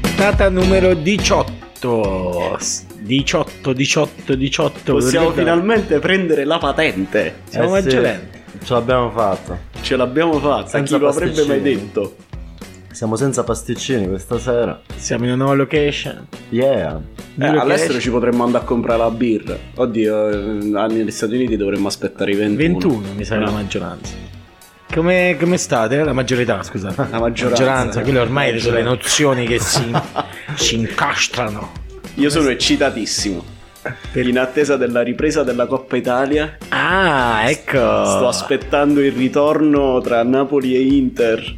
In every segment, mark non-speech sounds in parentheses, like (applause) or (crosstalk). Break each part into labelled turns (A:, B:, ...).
A: Puntata numero 18. S- 18, 18, 18.
B: Possiamo
A: ve lo ricordate?
B: finalmente prendere la patente.
A: Siamo
C: Eh sì,
A: maggiorenti.
C: Ce l'abbiamo fatta.
B: Ce l'abbiamo fatta.
C: Senza
B: Chi lo avrebbe mai
C: pasticcini.
B: detto?
C: Siamo senza pasticcini questa sera.
A: Siamo in una nuova location.
C: Yeah.
B: Eh,
A: New
B: all'estero
A: location.
B: ci potremmo andare a comprare la birra. Oddio, eh, ah, negli Stati Uniti dovremmo aspettare i 21.
A: 21 mi sa
B: Eh,
A: la maggioranza. Come, come state? La maggiorità, scusate.
B: La maggioranza.
A: quelle ormai sono le
B: Maggioranza.
A: nozioni che si,
B: (laughs)
A: si incastrano.
B: Io sono eccitatissimo. In attesa della ripresa della Coppa Italia,
A: Ah, ecco.
B: sto aspettando il ritorno tra Napoli e Inter.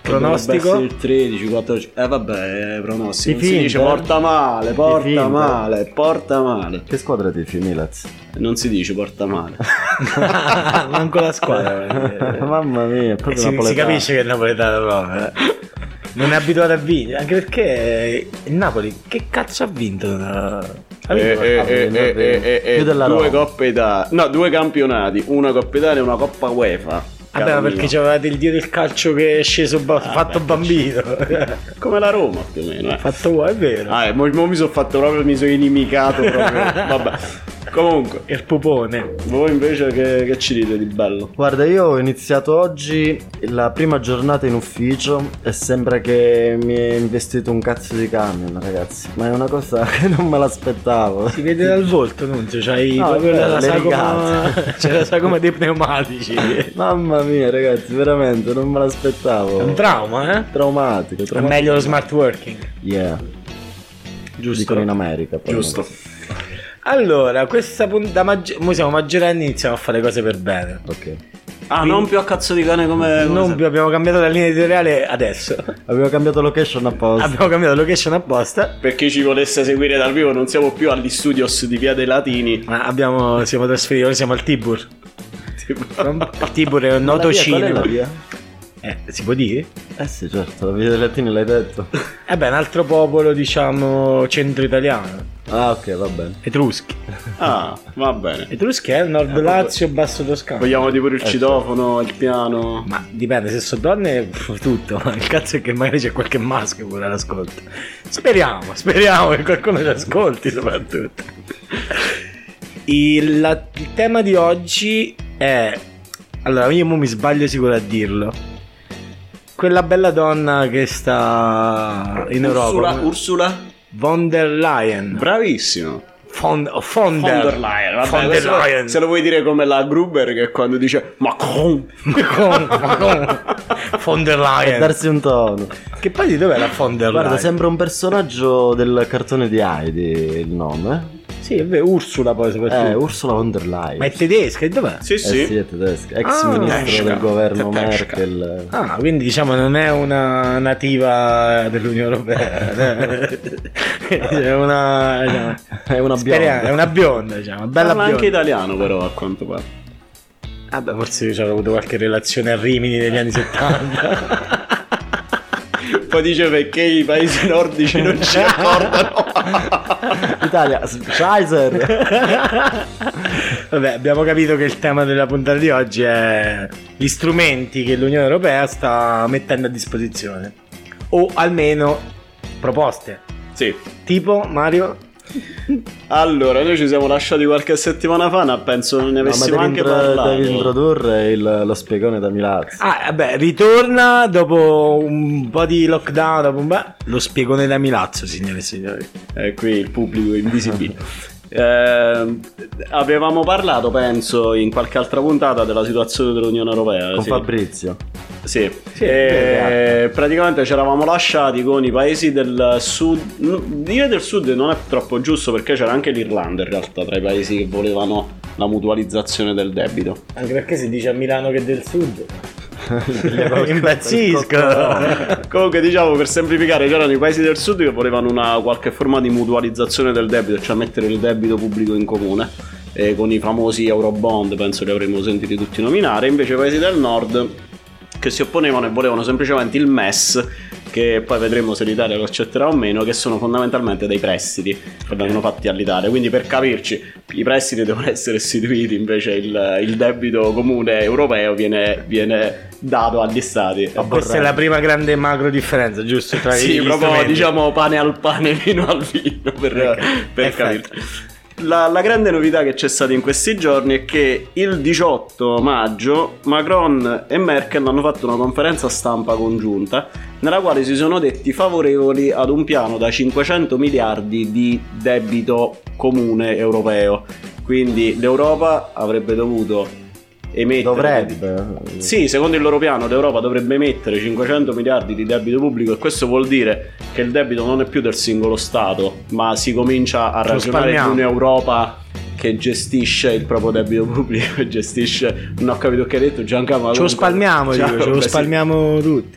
B: Che
A: Pronostico?
B: dovrebbe essere Il 13, 14. Eh vabbè, eh, pronostico.
C: Di
B: Non si dice
C: Inter?
B: porta male,
C: Di
B: porta
C: Inter?
B: male, porta male.
C: Che squadra tifi, Milaz?
B: Non si dice porta male.
A: (laughs) Manco la squadra.
C: (laughs) Mamma mia, è proprio
A: si, si
C: napoletano.
A: capisce che è napoletano proprio. eh. Non è abituato a vincere, anche perché il Napoli che cazzo ha vinto? Ha vinto
B: Eh, eh,
C: Ah,
B: eh,
C: bene,
B: eh,
C: bene.
B: eh, eh,
C: Più della
B: due
C: Roma.
B: coppe Italia, no, due campionati, una Coppa Italia e una Coppa UEFA.
A: Vabbè,
B: caro
A: ma perché
B: mio.
A: c'avevate il dio del calcio che è sceso,
C: Ah,
A: ba- fatto bambino.
C: certo.
B: come la Roma più o meno.
A: (laughs)
B: eh.
A: fatto uomo, è vero.
B: Ah, eh, mo, mo mi sono fatto proprio, mi sono inimicato
A: (laughs)
B: proprio. Vabbè. Comunque,
A: E il pupone.
B: voi invece che, che ci dite di bello?
C: Guarda, io ho iniziato oggi la prima giornata in ufficio e sembra che mi è investito un cazzo di camion, ragazzi. Ma è una cosa (laughs) che non me l'aspettavo.
A: Si vede dal volto, Nunzio, c'hai
C: No,
A: proprio la,
C: vabbè,
A: la
C: le
A: sagoma, (laughs)
C: rigate.
A: c'è la sagoma dei pneumatici. È
C: Mamma mia, ragazzi, veramente non me l'aspettavo.
A: un trauma, eh?
C: traumatico,
A: È
C: traumatico.
A: meglio lo smart working.
C: Yeah.
A: Giusto.
C: Dicono in America. Poi
B: Giusto.
A: Allora, questa puntata... Maggi- mo siamo maggiorenni iniziamo a fare cose per bene.
C: Ok.
B: Ah, non più a cazzo di cane come. come
A: Non
B: sempre.
A: più, abbiamo cambiato la linea editoriale adesso.
C: Abbiamo cambiato location apposta.
A: Abbiamo cambiato location apposta.
B: Per chi ci volesse seguire dal vivo, non siamo più agli studios di Via dei Latini.
A: Ma abbiamo, siamo trasferiti, ora siamo al Tibur.
B: Tipo-
A: Il Tibur è un
C: La
A: noto
C: via, qual è
A: cinema.
C: la via?
A: Eh, si può dire?
C: Eh sì, certo, la via dei latini l'hai detto.
A: (laughs) Eh beh, un altro popolo, diciamo, centro italiano.
C: Ah, ok, va bene.
A: Etruschi.
B: (laughs)
C: Eh.
B: Ah, va bene.
A: Etruschi è il nord Lazio, basso Toscano.
B: Vogliamo dire pure
A: eh,
B: il citofono, il piano.
A: Ma dipende, se sono donne, pff, tutto. Ma il cazzo è che magari c'è qualche maschio pure all'ascolto. Speriamo, speriamo che qualcuno ci ascolti, soprattutto. Il, la- il tema di oggi è. Allora, io mo mi sbaglio sicuro a dirlo. Quella bella donna che sta in
B: Ursula,
A: Europa.
B: Ursula?
A: von der Leyen.
B: Bravissimo.
A: Von, von
B: Von der
A: der
B: Leyen, vabbè,
A: Von der
B: questo-
A: Leyen.
B: Se lo vuoi dire come la Gruber che quando dice Macron.
A: Macron,
B: (laughs)
A: Macron. von der Leyen.
C: Darsi un tono.
A: Che poi di dov'è la von der
C: Guarda,
A: Leyen?
C: sembra un personaggio del cartone di Heidi il nome.
A: Sì, è vero, Ursula poi soprattutto.
C: Eh, Ursula von der Leyen.
A: Ma è tedesca, e dov'è?
B: Sì,
C: Eh sì, è tedesca. Ex
A: Ah,
C: ministro
B: tedesca,
C: del governo
B: tedesca.
C: Merkel.
A: Ah, quindi diciamo non è una nativa dell'Unione Europea. è una... diciamo,
B: Ah,
C: È una
A: speriamo-
C: bionda.
A: è una bionda, diciamo, una bella
B: Parla anche
A: bionda.
B: italiano però a quanto pare.
A: Vabbè, forse io c'avrò avuto qualche relazione a Rimini negli anni 70.
B: Poi dice perché i paesi nordici non
A: (laughs)
B: ci accordano. (laughs)
C: Italia, Schweizer.
A: Vabbè, abbiamo capito che il tema della puntata di oggi è gli strumenti che l'Unione Europea sta mettendo a disposizione. O almeno proposte.
B: sì.
A: Tipo, Mario,
B: Allora, noi ci siamo lasciati qualche settimana fa, ma penso non ne
C: No, ma
B: avessimo
C: devi,
B: anche
C: intro-
B: parlato.
C: devi introdurre il- lo spiegone da Milazzo.
A: Ah, vabbè, ritorna dopo un po' di lockdown, dopo un bel... Lo spiegone da Milazzo, signore e signori.
B: Eh, qui il pubblico invisibile. Eh, avevamo parlato, penso, in qualche altra puntata della situazione dell'Unione Europea.
C: Con
B: sì.
C: Fabrizio.
B: Sì,
A: Sì,
B: E praticamente ci eravamo lasciati con i paesi del sud. n- Dire del sud non è troppo giusto perché c'era anche l'Irlanda in realtà tra i paesi che volevano la mutualizzazione del debito.
A: Anche perché si dice a Milano che è del (laughs) sud.
C: Col-
A: Impazzisco.
B: (laughs) Comunque, diciamo per semplificare, c'erano i paesi del sud che volevano una qualche forma di mutualizzazione del debito, cioè mettere il debito pubblico in comune. E con i famosi Eurobond, penso li avremmo sentiti tutti nominare. Invece, i paesi del nord che si opponevano e volevano semplicemente il MES, che poi vedremo se l'Italia lo accetterà o meno, che sono fondamentalmente dei prestiti che vengono fatti all'Italia. Quindi per capirci, i prestiti devono essere istituiti, invece il, il debito comune europeo viene, viene dato agli stati.
A: Ma Questa è la prima grande macro differenza, giusto? Tra
B: Sì,
A: gli
B: proprio
A: strumenti.
B: diciamo pane al pane, (laughs) vino al vino, per,
A: Ok,
B: per
A: perfetto.
B: capirci. La, la grande novità che c'è stata in questi giorni è che il 18 maggio Macron e Merkel hanno fatto una conferenza stampa congiunta nella quale si sono detti favorevoli ad un piano da 500 miliardi di debito comune europeo. Quindi l'Europa avrebbe dovuto emettere
C: Dovrebbe.
B: sì, secondo il loro piano l'Europa dovrebbe emettere 500 miliardi di debito pubblico e questo vuol dire che il debito non è più del singolo Stato, ma si comincia a ragionare di
A: spalmiamo.
B: un'Europa che gestisce il proprio debito pubblico e gestisce... Non ho capito che hai detto Giancarlo. ma
A: Ce lo
B: comunque-
A: spalmiamo,
B: Ciao,
A: dico, ce
B: beh,
A: lo
B: sì.
A: spalmiamo tutti.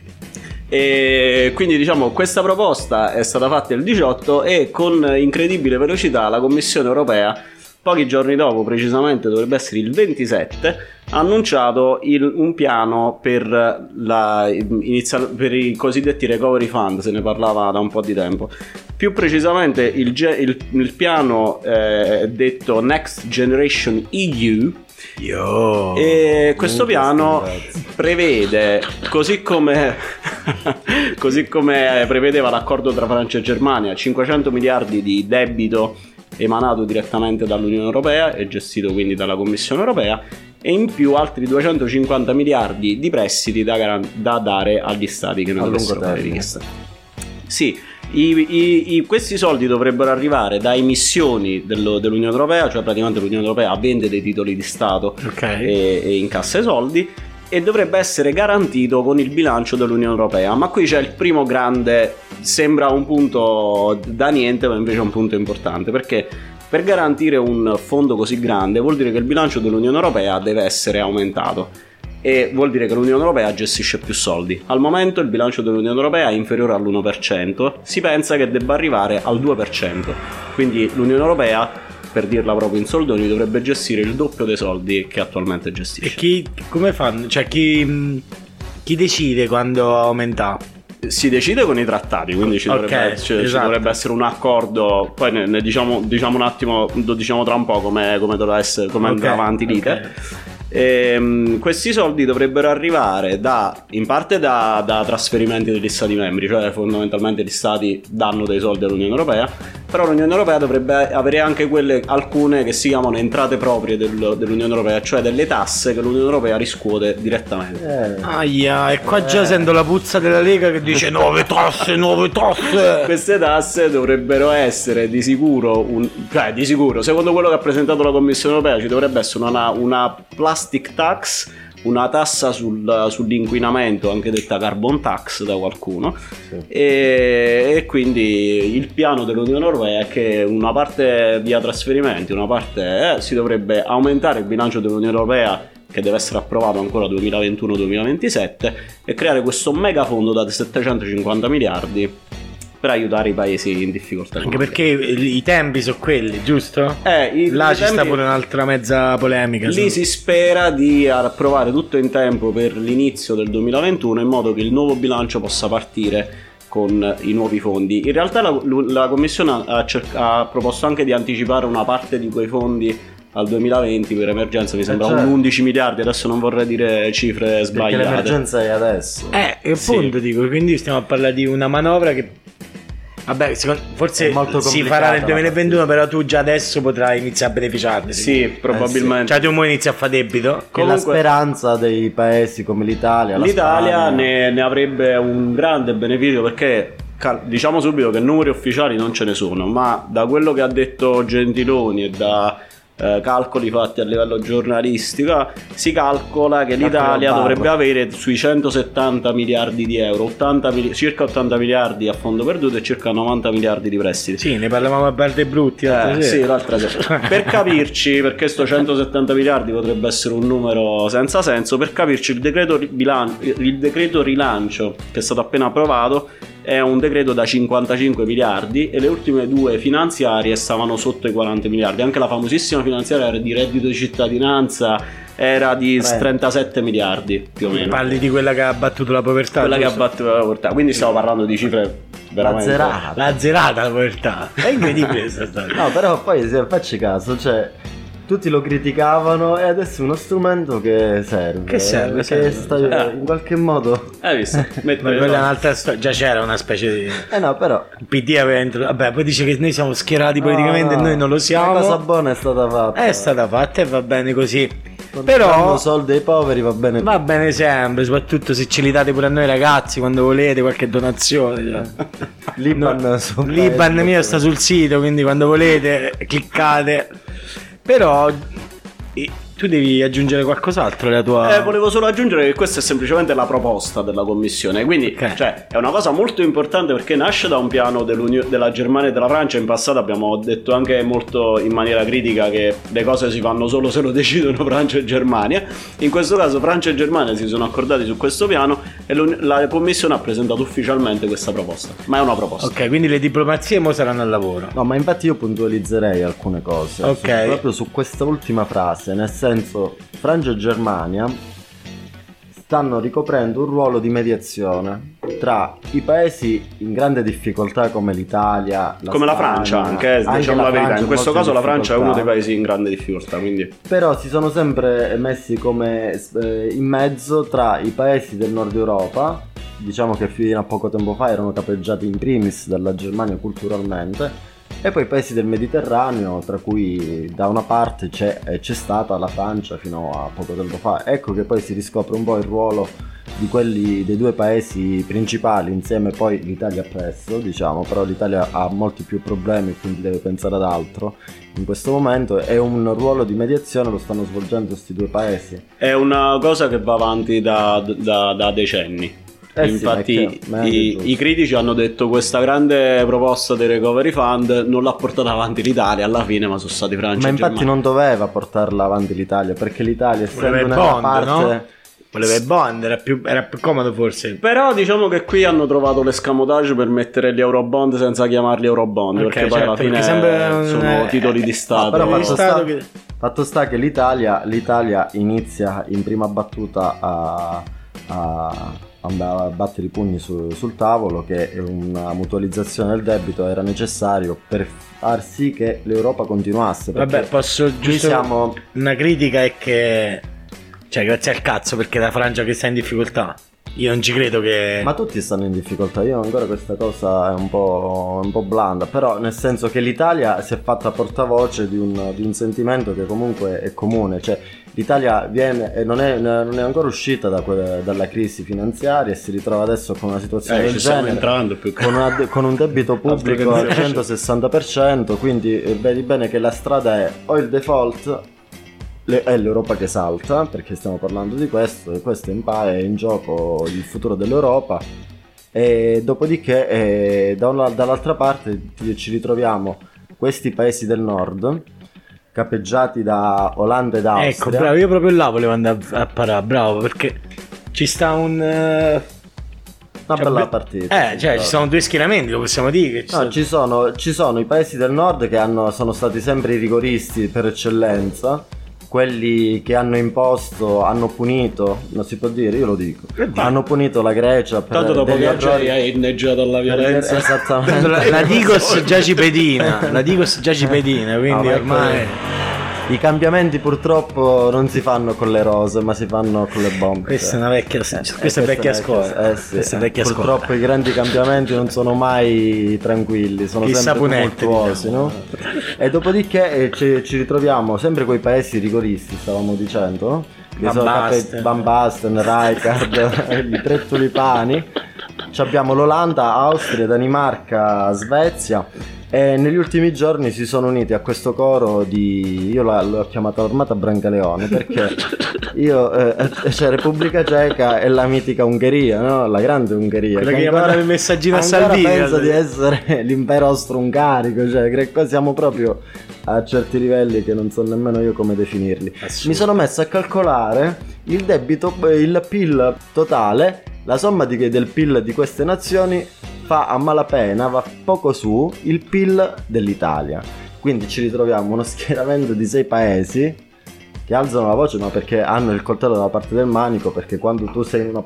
B: E quindi diciamo questa proposta è stata fatta il 18 e con incredibile velocità la Commissione europea pochi giorni dopo, precisamente dovrebbe essere il 27, ha annunciato il- un piano per, la- inizial- per i cosiddetti recovery fund, se ne parlava da un po' di tempo. Più precisamente il, ge- il- il piano eh, detto Next Generation EU,
A: Io.
B: e questo
C: Minchia,
B: piano
C: sti ragazzi.
B: prevede, così come, (laughs) così come prevedeva l'accordo tra Francia e Germania, 500 miliardi di debito emanato direttamente dall'Unione Europea e gestito quindi dalla Commissione Europea e in più altri 250 miliardi di prestiti da, garan- da dare agli stati che ne
C: A lungo
B: avessero fare
C: termine.
B: richiesta. Sì, i- i- i- questi soldi dovrebbero arrivare da emissioni dello- dell'Unione Europea, cioè praticamente l'Unione Europea vende dei titoli di Stato
A: Ok.
B: e, e incassa i soldi e dovrebbe essere garantito con il bilancio dell'Unione Europea. Ma qui c'è il primo grande, sembra un punto da niente, ma invece è un punto importante, perché per garantire un fondo così grande vuol dire che il bilancio dell'Unione Europea deve essere aumentato e vuol dire che l'Unione Europea gestisce più soldi. Al momento il bilancio dell'Unione Europea è inferiore all'1%, si pensa che debba arrivare al 2%, quindi l'Unione Europea, per dirla proprio in soldoni, dovrebbe gestire il doppio dei soldi che attualmente
A: E
B: gestisce.
A: chi. come fanno? Cioè, chi. mh, chi decide quando aumenta?
B: Si decide con i trattati, quindi ci
A: Ok,
B: dovrebbe, ci- ci
A: esatto.
B: dovrebbe essere un accordo, poi ne, ne diciamo, diciamo un attimo, lo diciamo tra un po' come, come dovrà essere, come andrà
A: Ok,
B: avanti l'iter.
A: ok.
B: Ehm, questi soldi dovrebbero arrivare da, in parte da, da trasferimenti degli stati membri, cioè fondamentalmente gli stati danno dei soldi all'Unione Europea, però l'Unione Europea dovrebbe avere anche quelle, alcune che si chiamano entrate proprie del- dell'Unione Europea, cioè delle tasse che l'Unione Europea riscuote direttamente.
C: Eh.
A: Aia, e qua già
C: Eh.
A: sento la puzza della Lega che dice nuove tasse, nuove tasse.
B: (laughs) Queste tasse dovrebbero essere di sicuro, un- cioè di sicuro, secondo quello che ha presentato la Commissione Europea ci dovrebbe essere una, una plastic tax, una tassa sul- sull'inquinamento, anche detta carbon tax da qualcuno,
C: Sì.
B: e, e quindi il piano dell'Unione Europea è che una parte via trasferimenti, una parte eh, si dovrebbe aumentare il bilancio dell'Unione Europea che deve essere approvato ancora 2021-2027 e creare questo mega fondo da 750 miliardi per aiutare i paesi in difficoltà.
A: Anche perché i i tempi sono quelli, giusto?
B: eh, i-
A: Là
B: i
A: ci sta
B: tempi-
A: pure un'altra mezza polemica.
B: Lì si spera di eh, approvare tutto in tempo per l'inizio del 2021 in modo che il nuovo bilancio possa partire con eh, i nuovi fondi. In realtà la, la Commissione ha, cer- ha proposto anche di anticipare una parte di quei fondi al 2020 per emergenza, mi sembra
C: certo.
B: un 11 miliardi, adesso non vorrei dire cifre
C: Perché
B: sbagliate.
C: l'emergenza è adesso.
A: Eh, e
B: Sì.
A: appunto dico, quindi stiamo a parlare di una manovra che vabbè, secondo- forse
C: È molto
A: si
C: complicata
A: farà nel
C: la
A: 2021, però tu già adesso potrai iniziare a beneficiarne.
B: Sì, probabilmente.
A: Cioè tu mo inizi a fare debito.
C: Che la
B: Comunque-
C: speranza dei paesi come l'Italia, la
B: L'Italia
C: Spagna-
B: ne, ne avrebbe un grande beneficio perché cal- diciamo subito che numeri ufficiali non ce ne sono, ma da quello che ha detto Gentiloni e da eh, calcoli fatti a livello giornalistico si calcola che
C: Calcolo
B: l'Italia
C: barba.
B: dovrebbe avere sui 170 miliardi di euro, 80 mili- circa 80 miliardi a fondo perduto e circa 90 miliardi di prestiti.
A: Sì, ne parlavamo a parte brutti l'altra
B: Eh,
A: sera.
B: sì, l'altra
A: (laughs)
B: sera. per capirci, perché sto 170 miliardi potrebbe essere un numero senza senso, per capirci il decreto, ri- bilan- il decreto rilancio che è stato appena approvato è un decreto da 55 miliardi e le ultime due finanziarie stavano sotto i 40 miliardi. Anche la famosissima finanziaria di reddito di cittadinanza era di
A: Eh.
C: Beh.
B: 37 miliardi più o meno.
A: Parli di quella che ha abbattuto la povertà.
B: Quella che ha
A: giusto?
B: battuto la portata. Quindi stiamo parlando di cifre veramente...
C: Azzerata.
A: L'ha zerata la povertà. È (laughs) incredibile questa storia.
C: No, però poi se facci caso, cioè tutti lo criticavano e adesso è uno strumento che serve.
A: Che serve,
C: Che
A: serve.
C: sta
B: Eh.
A: Ah.
C: in qualche modo.
A: (laughs)
B: Hai visto? Metti-
A: Ma quella è un'altra storia. Già c'era una specie di.
C: Eh no, però
A: Il PD aveva intro- Vabbè, poi dice che noi siamo schierati
C: No,
A: politicamente
C: no.
A: e noi non lo
C: La cosa
A: siamo.
C: buona è stata fatta.
A: È stata fatta e va bene così.
C: Quando
A: però-
C: danno soldi ai poveri va bene.
A: Va bene sempre, soprattutto se ce li date pure a noi ragazzi quando volete qualche
C: Eh,
A: donazione. cioè.
C: L'Iban,
A: No,
C: sono
A: L'Iban
C: paesi-
A: mio sta sul sito, quindi quando volete eh, cliccate. Però eh, tu devi aggiungere qualcos'altro alla tua...
B: Eh, volevo solo aggiungere che questa è semplicemente la proposta della commissione, quindi
A: Ok.
B: cioè, è una cosa molto importante perché nasce da un piano dell'Unio- della Germania e della Francia. In passato abbiamo detto anche molto in maniera critica che le cose si fanno solo se lo decidono Francia e Germania. In questo caso Francia e Germania si sono accordati su questo piano e l'Uni- la commissione ha presentato ufficialmente questa proposta, ma è una proposta.
A: Ok, quindi le diplomazie mo saranno al lavoro.
C: No, ma infatti io puntualizzerei alcune cose.
A: Ok.
C: Su- proprio su questa ultima frase, nel senso, Francia e Germania stanno ricoprendo un ruolo di mediazione tra i paesi in grande difficoltà come l'Italia, la
B: Come la
C: Spagna,
B: Francia, anche, eh, diciamo la,
C: Francia
B: verità, in questo
C: molte
B: caso la Francia è uno
C: difficoltà.
B: dei paesi in grande difficoltà, quindi
C: Però si sono sempre messi come eh, in mezzo tra i paesi del nord Europa, diciamo che fino a poco tempo fa erano capeggiati in primis dalla Germania culturalmente, e poi i paesi del Mediterraneo, tra cui da una parte c'è, eh, c'è stata la Francia fino a poco tempo fa. Ecco che poi si riscopre un po' il ruolo di quelli dei due paesi principali, insieme poi l'Italia presso, diciamo, però l'Italia ha molti più problemi, quindi deve pensare ad altro in questo momento è un ruolo di mediazione lo stanno svolgendo questi due paesi. Eh
B: è una cosa che va avanti da- da- da decenni.
C: Eh sì, ma è
B: Infatti
C: chiaro, ma è anche giusto.
B: i, i critici hanno detto questa grande proposta dei recovery fund non l'ha portata avanti l'Italia alla fine ma sono stati Francia
C: Ma
B: e
C: infatti
B: Germania.
C: non doveva portarla avanti l'Italia perché l'Italia
A: Voleva
C: essendo
A: il
C: una
A: bond,
C: parte
A: no? Voleva il bond, era più, era più comodo forse.
B: Però diciamo che qui hanno trovato l'escamotage per mettere gli eurobond senza chiamarli eurobond
A: Ok,
B: perché poi
A: certo,
B: alla fine
A: perché sembra-
B: sono
A: eh,
B: titoli
A: eh,
B: di Stato.
C: no, però
A: Di
C: quando
A: Stato
C: sta-
A: che-
C: Fatto sta che l'Italia, l'Italia inizia in prima battuta a, a- a battere i pugni su- sul tavolo che una mutualizzazione del debito era necessario per far sì che l'Europa continuasse. perché
A: Vabbè, posso
C: qui
A: giusto...
C: siamo...
A: Una critica è che... Cioè, grazie al cazzo perché è la Francia che sta in difficoltà. Io non ci credo che...
C: Ma tutti stanno in difficoltà, io ancora questa cosa è un po', un po' blanda, però nel senso che l'Italia si è fatta portavoce di un, di un sentimento che comunque è comune, cioè l'Italia viene e non è, non è ancora uscita da quella- dalla crisi finanziaria e si ritrova adesso con una situazione
B: Eh,
C: del
B: ci stiamo
C: genere.
B: entrando più che
C: Con, una de- con un debito pubblico al
B: Altre cose.
C: 160%, quindi eh, vedi bene che la strada è o il default le- è l'Europa che salta, perché stiamo parlando di questo, e questo in pa- è in gioco il futuro dell'Europa. E dopodiché, eh, da una- dall'altra parte ti- ci ritroviamo questi paesi del nord, capeggiati da Olanda ed Austria.
A: Ecco, bravo, io proprio là volevo andare a a parare, bravo, perché ci sta un... eh,
C: Una
A: cioè,
C: bella
A: beh,
C: partita.
A: Eh, cioè, ci sono due schieramenti, lo possiamo dire. che ci
C: No, (laughs)
A: sono-
C: ci sono, ci sono i paesi del nord che hanno- sono stati sempre i rigoristi per eccellenza, quelli che hanno imposto, hanno punito, non si può dire, io lo dico, hanno punito la Grecia per
B: Eh, Tanto dopo
C: Eh, degli
B: che oggi
C: errori- esatto,
B: hai inneggiato alla violenza.
C: Esattamente.
A: la, (laughs) la Digos già ci pedina, la Digos già ci pedina, quindi
C: (laughs) ecco. No, ma ecco
A: ormai...
C: I cambiamenti purtroppo non si fanno con le rose, ma si fanno con le bombe.
A: Questa è una vecchia,
C: Eh,
A: questa è vecchia scuola.
C: eh sì.
A: Questa è vecchia scuola.
C: Purtroppo i grandi cambiamenti non sono mai tranquilli, sono
A: Chissà
C: sempre
A: Punente,
C: tumultuosi,
A: diciamo.
C: no? E dopodiché eh, ci, ci ritroviamo sempre quei paesi rigoristi, stavamo dicendo, no? che
A: Van
C: sono
A: Basten.
C: Cape- Van Basten,
A: (laughs)
C: Rijkaard, i tre tulipani. Ci abbiamo l'Olanda, Austria, Danimarca, Svezia. E Eh, negli ultimi giorni si sono uniti a questo coro di. Io la- l'ho chiamata Ormata Brancaleone perché io. eh, eh, c'è Repubblica Ceca e la mitica Ungheria, no? La grande Ungheria.
A: Quella che gli ha
C: ancora-
A: mandato il messaggino a
C: ancora
A: Salvini. eh.
C: Penso
A: allora.
C: di essere (laughs) l'impero austro-ungarico, cioè che qua siamo proprio a certi livelli che non so nemmeno io come definirli.
A: Assurdo.
C: Mi sono messo a calcolare il debito, il PIL totale, la somma di- del PIL di queste nazioni fa a malapena, va poco su, il PIL dell'Italia. Quindi ci ritroviamo uno (laughs) schieramento di sei paesi che alzano la voce ma perché hanno il coltello dalla parte del manico, perché quando tu sei in una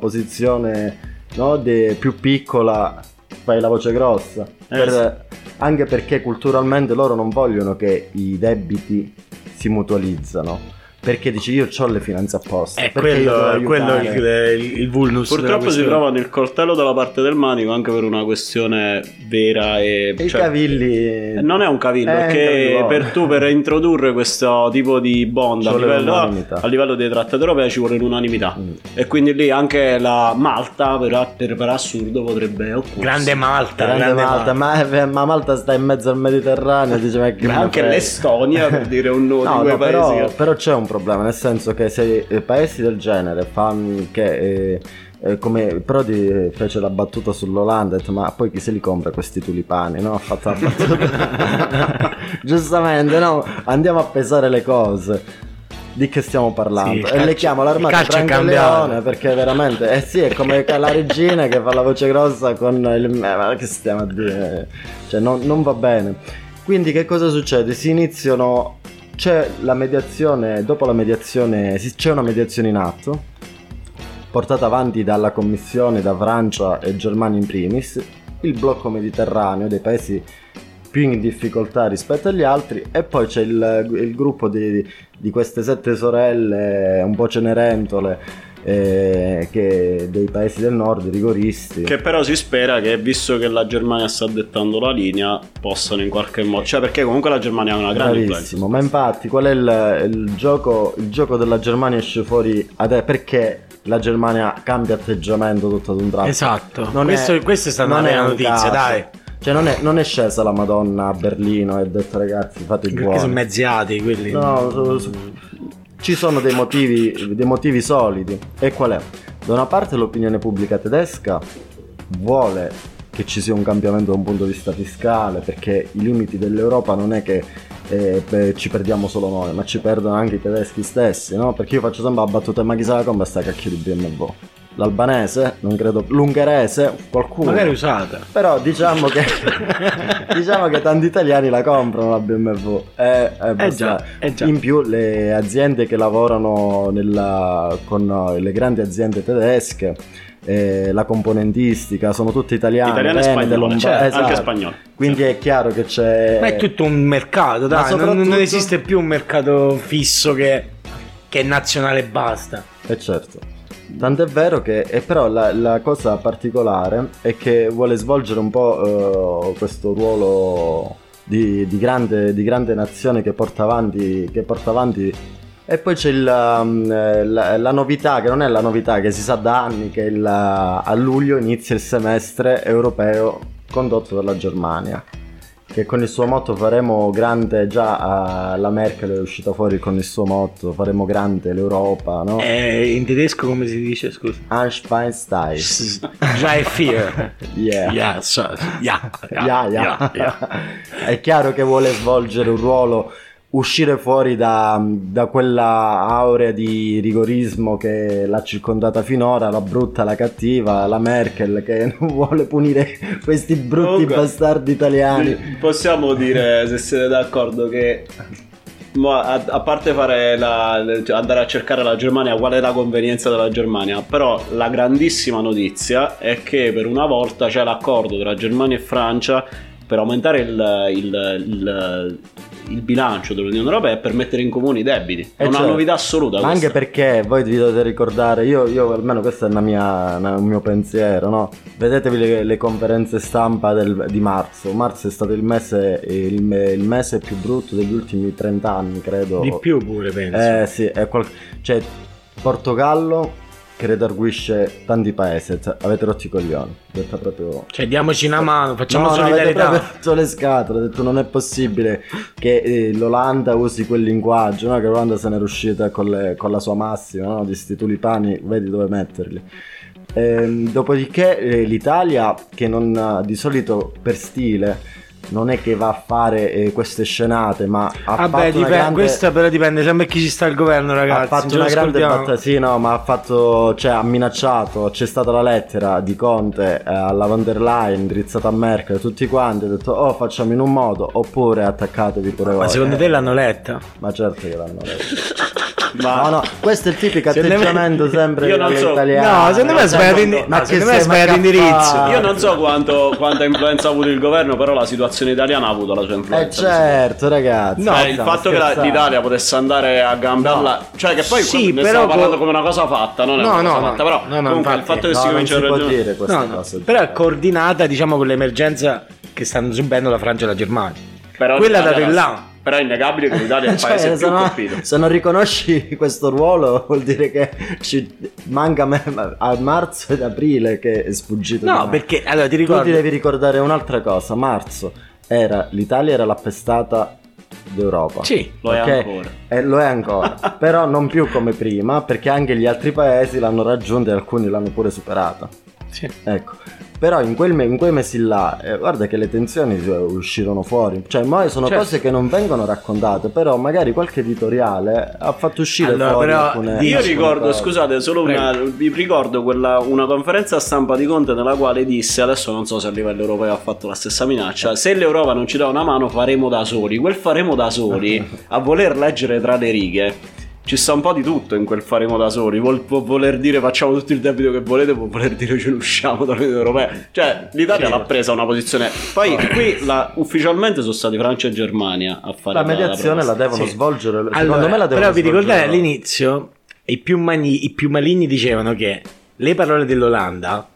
C: posizione no, de- più piccola fai la voce grossa. Per- Anche perché culturalmente loro non vogliono che i debiti si mutualizzano. Perché dici io ho le finanze a posto.
B: Eh,
A: È
C: perché io
A: Eh, quello,
C: devo
A: quello è
C: aiutare?"
A: il, il, il vulnus. della
B: (laughs) Purtroppo si
A: questione.
B: trovano il coltello dalla parte del manico anche per una questione vera e...
C: E i
B: cioè,
C: cavilli
B: Non è un cavillo,
C: Eh,
B: perché
C: cavillo.
B: per tu per introdurre questo tipo di bond
C: Ci
B: a
C: vuole
B: livello,
C: l'unanimità.
B: a livello dei trattati europei ci vuole l'unanimità.
C: Mm.
B: E quindi lì anche la Malta, per, per- per assurdo, potrebbe opporsi.
A: Grande Malta,
C: Grande, Malta, Ma, ma Malta sta in mezzo al Mediterraneo, dice ma che
B: Ma
C: me
B: anche
C: frega.
B: l'Estonia, per dire un nome
C: (laughs) No,
B: di quei
C: no,
B: paesi.
C: però,
B: che-
C: però c'è un problema, nel senso che se eh, paesi del genere fanno che eh, eh, come Prodi eh, fece la battuta sull'Olanda, ha detto, ma poi chi se li compra questi tulipani? No, ha fatto la battuta.
B: (laughs)
C: (laughs) Giustamente, no, andiamo a pesare le cose. Di che stiamo
A: Sì, il
C: parlando? e
A: calcio-
C: le chiamo
A: il
C: l'armata
A: calcio è
C: Franco
A: cambiato.
C: Leone perché veramente, eh sì, è come la regina che fa la voce grossa con il. eh, ma che stiamo a dire? Cioè, non- non va bene. Quindi che cosa succede? Si iniziano, c'è la mediazione, dopo la mediazione, si- c'è una mediazione in atto, portata avanti dalla Commissione, da Francia e Germania in primis, il blocco mediterraneo dei paesi più in difficoltà rispetto agli altri e poi c'è il, il gruppo di, di queste sette sorelle un po' cenerentole eh, che- dei paesi del nord rigoristi
B: Che però si spera che, visto che la Germania sta dettando la linea, possano in qualche modo. Cioè, perché comunque la Germania ha una grande influenza.
C: Bravissimo, ma infatti qual è il, il gioco? Il gioco della Germania esce fuori adesso perché la Germania cambia atteggiamento tutto ad un tratto.
A: Esatto.
C: Non
A: Questo-
C: è-
A: questa è stata una
C: non
A: bella
C: un
A: notizia,
C: caso.
A: dai.
C: Cioè non è, non è scesa la Madonna a Berlino e ha detto ragazzi fate i
A: Perché sono
C: buoni.
A: mezzi atei quelli.
C: No, so- so- ci sono dei motivi, dei motivi solidi. E qual è? Da una parte l'opinione pubblica tedesca vuole che ci sia un cambiamento da un punto di vista fiscale, perché i limiti dell'Europa non è che eh, beh, ci perdiamo solo noi, ma ci perdono anche i tedeschi stessi, no? Perché io faccio sempre la battuta, ma chi se la compra sta cacchio di BMW? L'albanese? Non credo. L'ungherese? Qualcuno?
A: Magari usata.
C: Però diciamo che, (laughs) diciamo che tanti italiani la comprano la BMW. Eh, eh,
A: Eh
C: basta.
A: già, eh già.
C: In più le aziende che lavorano nella- con eh, le grandi aziende tedesche, eh, la componentistica, sono tutte italiane.
B: Italiano e
C: venete,
B: spagnolo,
C: lombarde,
B: cioè, anche
C: esatto.
B: spagnolo.
C: Quindi è chiaro che c'è...
A: Ma è tutto un mercato, dai. non- Non,
C: soprattutto-
A: esiste più un mercato fisso che, che è nazionale e basta.
C: E certo. Tant'è vero che, e però la, la cosa particolare è che vuole svolgere un po' eh, questo ruolo di, di grande, di grande nazione che porta avanti. Che porta avanti e poi c'è il, um, eh, la, la novità, che non è la novità, che si sa da anni, che il, a luglio inizia il semestre europeo condotto dalla Germania, che con il suo motto faremo grande, già eh, la Merkel è uscita fuori con il suo motto, faremo grande l'Europa, no?
A: Eh, in tedesco come si dice, scusa?
C: Einstein
A: Dry
C: (laughs)
A: fear.
C: Yeah.
A: Yeah, so- yeah,
C: Yeah, yeah. (laughs) È chiaro che vuole svolgere un ruolo, uscire fuori da, da quella aurea di rigorismo che l'ha circondata finora, la brutta, la cattiva, la Merkel che (laughs) non vuole punire questi brutti
B: Comunque,
C: bastardi italiani.
B: Possiamo dire, se siete d'accordo, che ma a, a parte fare la- cioè, andare a cercare la Germania, qual è la convenienza della Germania? Però la grandissima notizia è che per una volta c'è l'accordo tra Germania e Francia per aumentare il, il- il- il bilancio dell'Unione Europea e per mettere in comune i debiti. È
C: Eh,
B: una
C: certo.
B: novità assoluta.
C: Ma anche
B: questa.
C: perché voi vi dovete ricordare, io, io almeno questo è una mia- una- un mio pensiero, no? Vedetevi le, le conferenze stampa del- di marzo. Marzo è stato il mese, il me- il mese più brutto degli ultimi 30 anni, credo.
A: Di più pure, penso.
C: Eh sì, è qual- cioè Portogallo che redarguisce tanti paesi, cioè, avete rotto i coglioni, detta proprio...
A: Cioè, diamoci una mano, facciamo
C: No, no, avete
A: solidarietà.
C: proprio rotto le scatole, ho detto non è possibile che eh, l'Olanda usi quel linguaggio, no? che l'Olanda se n'era uscita con, le- con la sua massima, no? di sti tulipani, vedi dove metterli. eh, Ehm, dopodiché eh, l'Italia, che non ha- di solito per stile non è che va a fare eh, queste scenate, ma ha
A: Vabbè,
C: fatto una
A: Ah, dipende,
C: grande...
A: questa però dipende sempre chi ci sta al governo, ragazzi.
C: ha fatto
A: ce
C: una
A: lo
C: grande
A: scordiamo.
C: battaglia, sì, no, ma ha fatto, cioè, ha minacciato, c'è stata la lettera di Conte eh, alla von der Leyen, indirizzata a Merkel, tutti quanti, ha detto, oh, facciamo in un modo, oppure attaccatevi pure voi.
A: Ma secondo
C: Eh,
A: te l'hanno letta?
C: Ma certo che
A: (laughs)
C: l'hanno letto.
B: Ma
C: No, no, questo è il tipico
A: Secondo me- (laughs)
C: atteggiamento sempre
B: Io non so-
C: italiano.
A: no, secondo me
B: non
A: è
B: so
A: sbagliato,
B: quando-
A: indi-
C: ma
A: no,
C: che
A: secondo me è
C: sei, ma
A: sbagliato
C: che
A: indirizzo.
C: fa-
B: Io non so quanto- quanta influenza ha avuto il governo, però la situazione italiana ha avuto la sua
C: Eh
B: influenza.
C: certo, ragazzi.
B: No,
C: ma
B: Cioè, il
C: stiamo
B: fatto che la-
C: scherzando.
B: l'Italia potesse andare a gamberla, cioè che poi
A: Sì,
B: ne
A: però
B: stiamo
A: può-
B: parlando come una cosa fatta, non è
A: No,
B: una
A: no,
B: cosa
A: no.
B: fatta, però
A: No, no,
B: comunque il
A: infatti.
B: fatto che
C: No,
B: si
C: non
B: comincia
C: si
B: a
C: può
B: ragionare
C: dire questa
A: No, no,
C: cosa.
A: però è coordinata, diciamo, con l'emergenza che stanno subendo la Francia e la Germania.
B: Però
A: Quella
B: l'Italia
A: da
B: era-
A: là.
B: Però è innegabile che l'Italia è il
C: (laughs) Cioè,
B: paese
C: se,
B: più
C: no,
B: colpito.
C: se non riconosci questo ruolo vuol dire che ci manca me- a marzo ed aprile che è sfuggito. di
A: No,
C: mano.
A: perché allora ti
C: tu ti
A: ricordo.
C: devi ricordare un'altra cosa. Marzo era l'Italia era la pestata d'Europa.
A: Sì.
B: Lo è
C: Ok?
B: ancora.
C: Eh, lo
A: (laughs)
C: è ancora, però non più come prima, perché anche gli altri paesi l'hanno raggiunta e alcuni l'hanno pure superata.
A: sì.
C: Ecco. Però in, quel me- in quei mesi là, eh, guarda che le tensioni eh, uscirono fuori. Cioè, mo sono
A: Certo.
C: cose che non vengono raccontate, però magari qualche editoriale ha fatto uscire
A: Allora,
C: fuori
A: però,
C: alcune
A: di-
B: Io
C: alcune
B: ricordo,
C: cose.
B: scusate, solo una, vi ricordo quella, una conferenza stampa di Conte nella quale disse, adesso non so se a livello europeo ha fatto la stessa minaccia, se l'Europa non ci dà una mano faremo da soli, quel faremo da soli,
A: (laughs)
B: a voler leggere tra le righe. Ci sta un po' di tutto in quel faremo da soli, Vol- può voler dire facciamo tutto il debito che volete, può voler dire ce ne usciamo dall'Unione Europea. Cioè, l'Italia
A: Sì.
B: l'ha presa una posizione. Poi qui la- ufficialmente sono stati Francia e Germania a fare
C: La mediazione la,
B: proposta.
C: devono
A: Sì.
C: svolgere.
A: Allora,
C: secondo me la devono
A: però vi ricordate
C: svolgere.
A: all'inizio i più, mani- i più maligni dicevano che le parole dell'Olanda